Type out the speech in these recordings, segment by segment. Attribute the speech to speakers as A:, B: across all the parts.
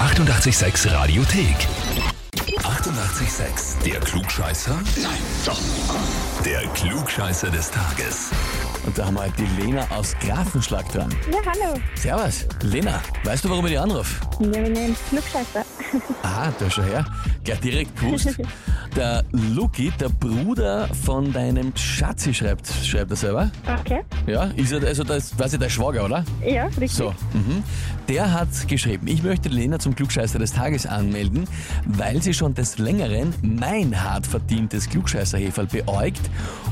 A: 886 Radiothek. 88,6. Der Klugscheißer? Nein, doch. Der Klugscheißer des Tages.
B: Und da haben wir halt die Lena aus Grafenschlag dran.
C: Ja, hallo.
B: Servus, Lena. Weißt du, warum ich dich anrufe?
C: Ja, wir nehmen Flugscheißer.
B: Ah, da schau her. Gleich direkt gewusst. Der Luki, der Bruder von deinem Schatzi, schreibt, schreibt er selber.
C: Okay.
B: Ja, ist er, also das weiß ich, dein Schwager, oder?
C: Ja, richtig.
B: So, mhm. der hat geschrieben, ich möchte Lena zum Klugscheißer des Tages anmelden, weil sie schon des Längeren mein hart verdientes Klugscheißerheferl beäugt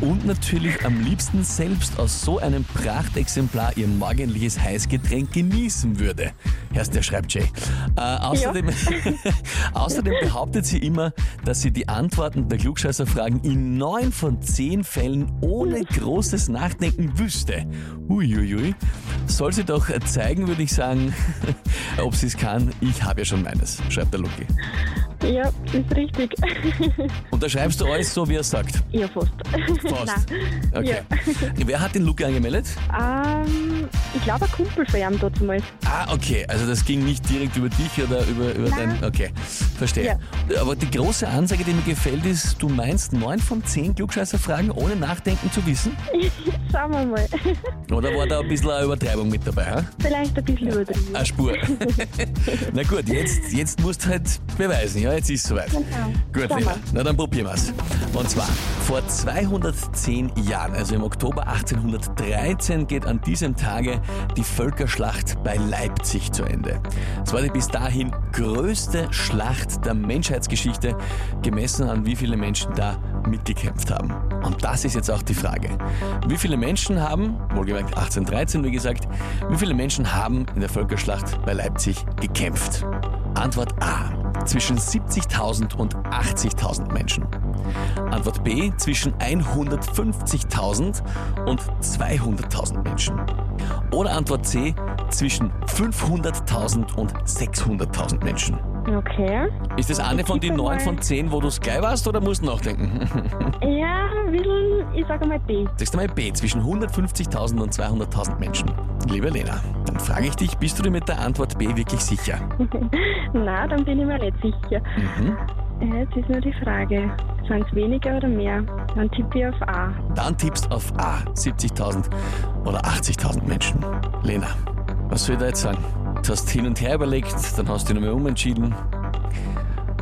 B: und natürlich am liebsten selbst aus so einem Prachtexemplar ihr morgendliches Heißgetränk genießen würde. Erst der schreibt Jay. Äh, außerdem, außerdem behauptet sie immer, dass sie die Antworten der Klugscheißerfragen in neun von zehn Fällen ohne großes Nachdenken wüsste. Uiuiui. Soll sie doch zeigen, würde ich sagen, ob sie es kann. Ich habe ja schon meines, schreibt der Lucky.
C: Ja, ist richtig.
B: Und da schreibst du alles so, wie er sagt.
C: ja, fast.
B: Fast.
C: Nein.
B: Okay. Wer hat den Lucky angemeldet?
C: Ja. Ähm, ich glaube, ein Kumpel von ihm dazu mal.
B: Ah, okay. Also das ging nicht direkt über dich oder über, über
C: Nein.
B: dein... Okay, verstehe. Aber die große Ansage, die mir gefällt, ist, du meinst neun von zehn Klugscheißerfragen ohne Nachdenken zu wissen?
C: Schauen wir mal.
B: Oder war da ein bisschen eine Übertreibung mit dabei? Hä?
C: Vielleicht ein bisschen übertrieben.
B: Eine Spur. Na gut, jetzt, jetzt musst du halt beweisen. Ja, jetzt ist es soweit. Gut,
C: Genau. Schauen
B: Lena.
C: wir.
B: Na dann probieren wir's. Und zwar, vor 210 Jahren, also im Oktober 1813, geht an diesem Tage die Völkerschlacht bei Leipzig zu Ende. Es war die bis dahin größte Schlacht der Menschheitsgeschichte, gemessen an wie viele Menschen da mitgekämpft haben. Und das ist jetzt auch die Frage. Wie viele Menschen haben, wohlgemerkt 1813 wie gesagt, wie viele Menschen haben in der Völkerschlacht bei Leipzig gekämpft? Antwort A. Zwischen 70.000 und 80.000 Menschen. Antwort B. Zwischen 150.000 und 200.000 Menschen. Oder Antwort C. Zwischen 500.000 und 600.000 Menschen.
C: Okay.
B: Ist das eine von den
C: tippe
B: neun
C: mal-
B: von zehn, wo du es gleich warst oder musst du nachdenken?
C: Ja, ein bisschen, ich sage mal B.
B: Sagst du mal B, zwischen 150.000 und 200.000 Menschen. Liebe Lena, dann frage ich dich, bist du dir mit der Antwort B wirklich sicher?
C: Na, dann bin ich mir nicht sicher.
B: Mhm.
C: Ja, Jetzt ist nur die Frage, sind es weniger oder mehr? Dann tippe ich auf A.
B: Dann tippst auf A, 70.000 oder 80.000 Menschen. Lena, was soll ich da jetzt sagen? Du hast hin und her überlegt, dann hast du dich nochmal umentschieden.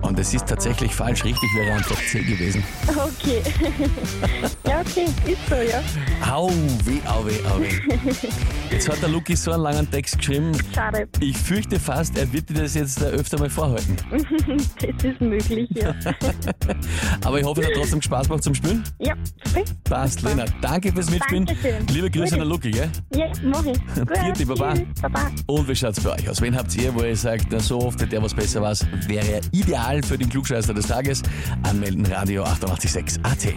B: Und es ist tatsächlich falsch, richtig wäre Antwort C gewesen.
C: Okay. ja, okay, ist so, ja.
B: Au, weh, au, weh, au, weh. Jetzt hat der Luki so einen langen Text geschrieben.
C: Schade.
B: Ich fürchte fast, er wird dir das jetzt äh, öfter mal vorhalten.
C: Das ist möglich, ja.
B: Aber ich hoffe, es hat trotzdem Spaß gemacht zum Spielen.
C: ja, perfekt.
B: Passt, Lena. Danke fürs Mitspielen.
C: Dankeschön.
B: Liebe Grüße an der Lucky,
C: Bitte.
B: gell?
C: Ja, mach ich.
B: Vierte, Baba.
C: tschüss, Baba.
B: Und wie schaut's bei euch aus? Wen habt ihr, wo ihr sagt, na, so oft hätte der was besser was, wäre er ideal für den Klugscheißer des Tages? Anmelden Radio 886 AT.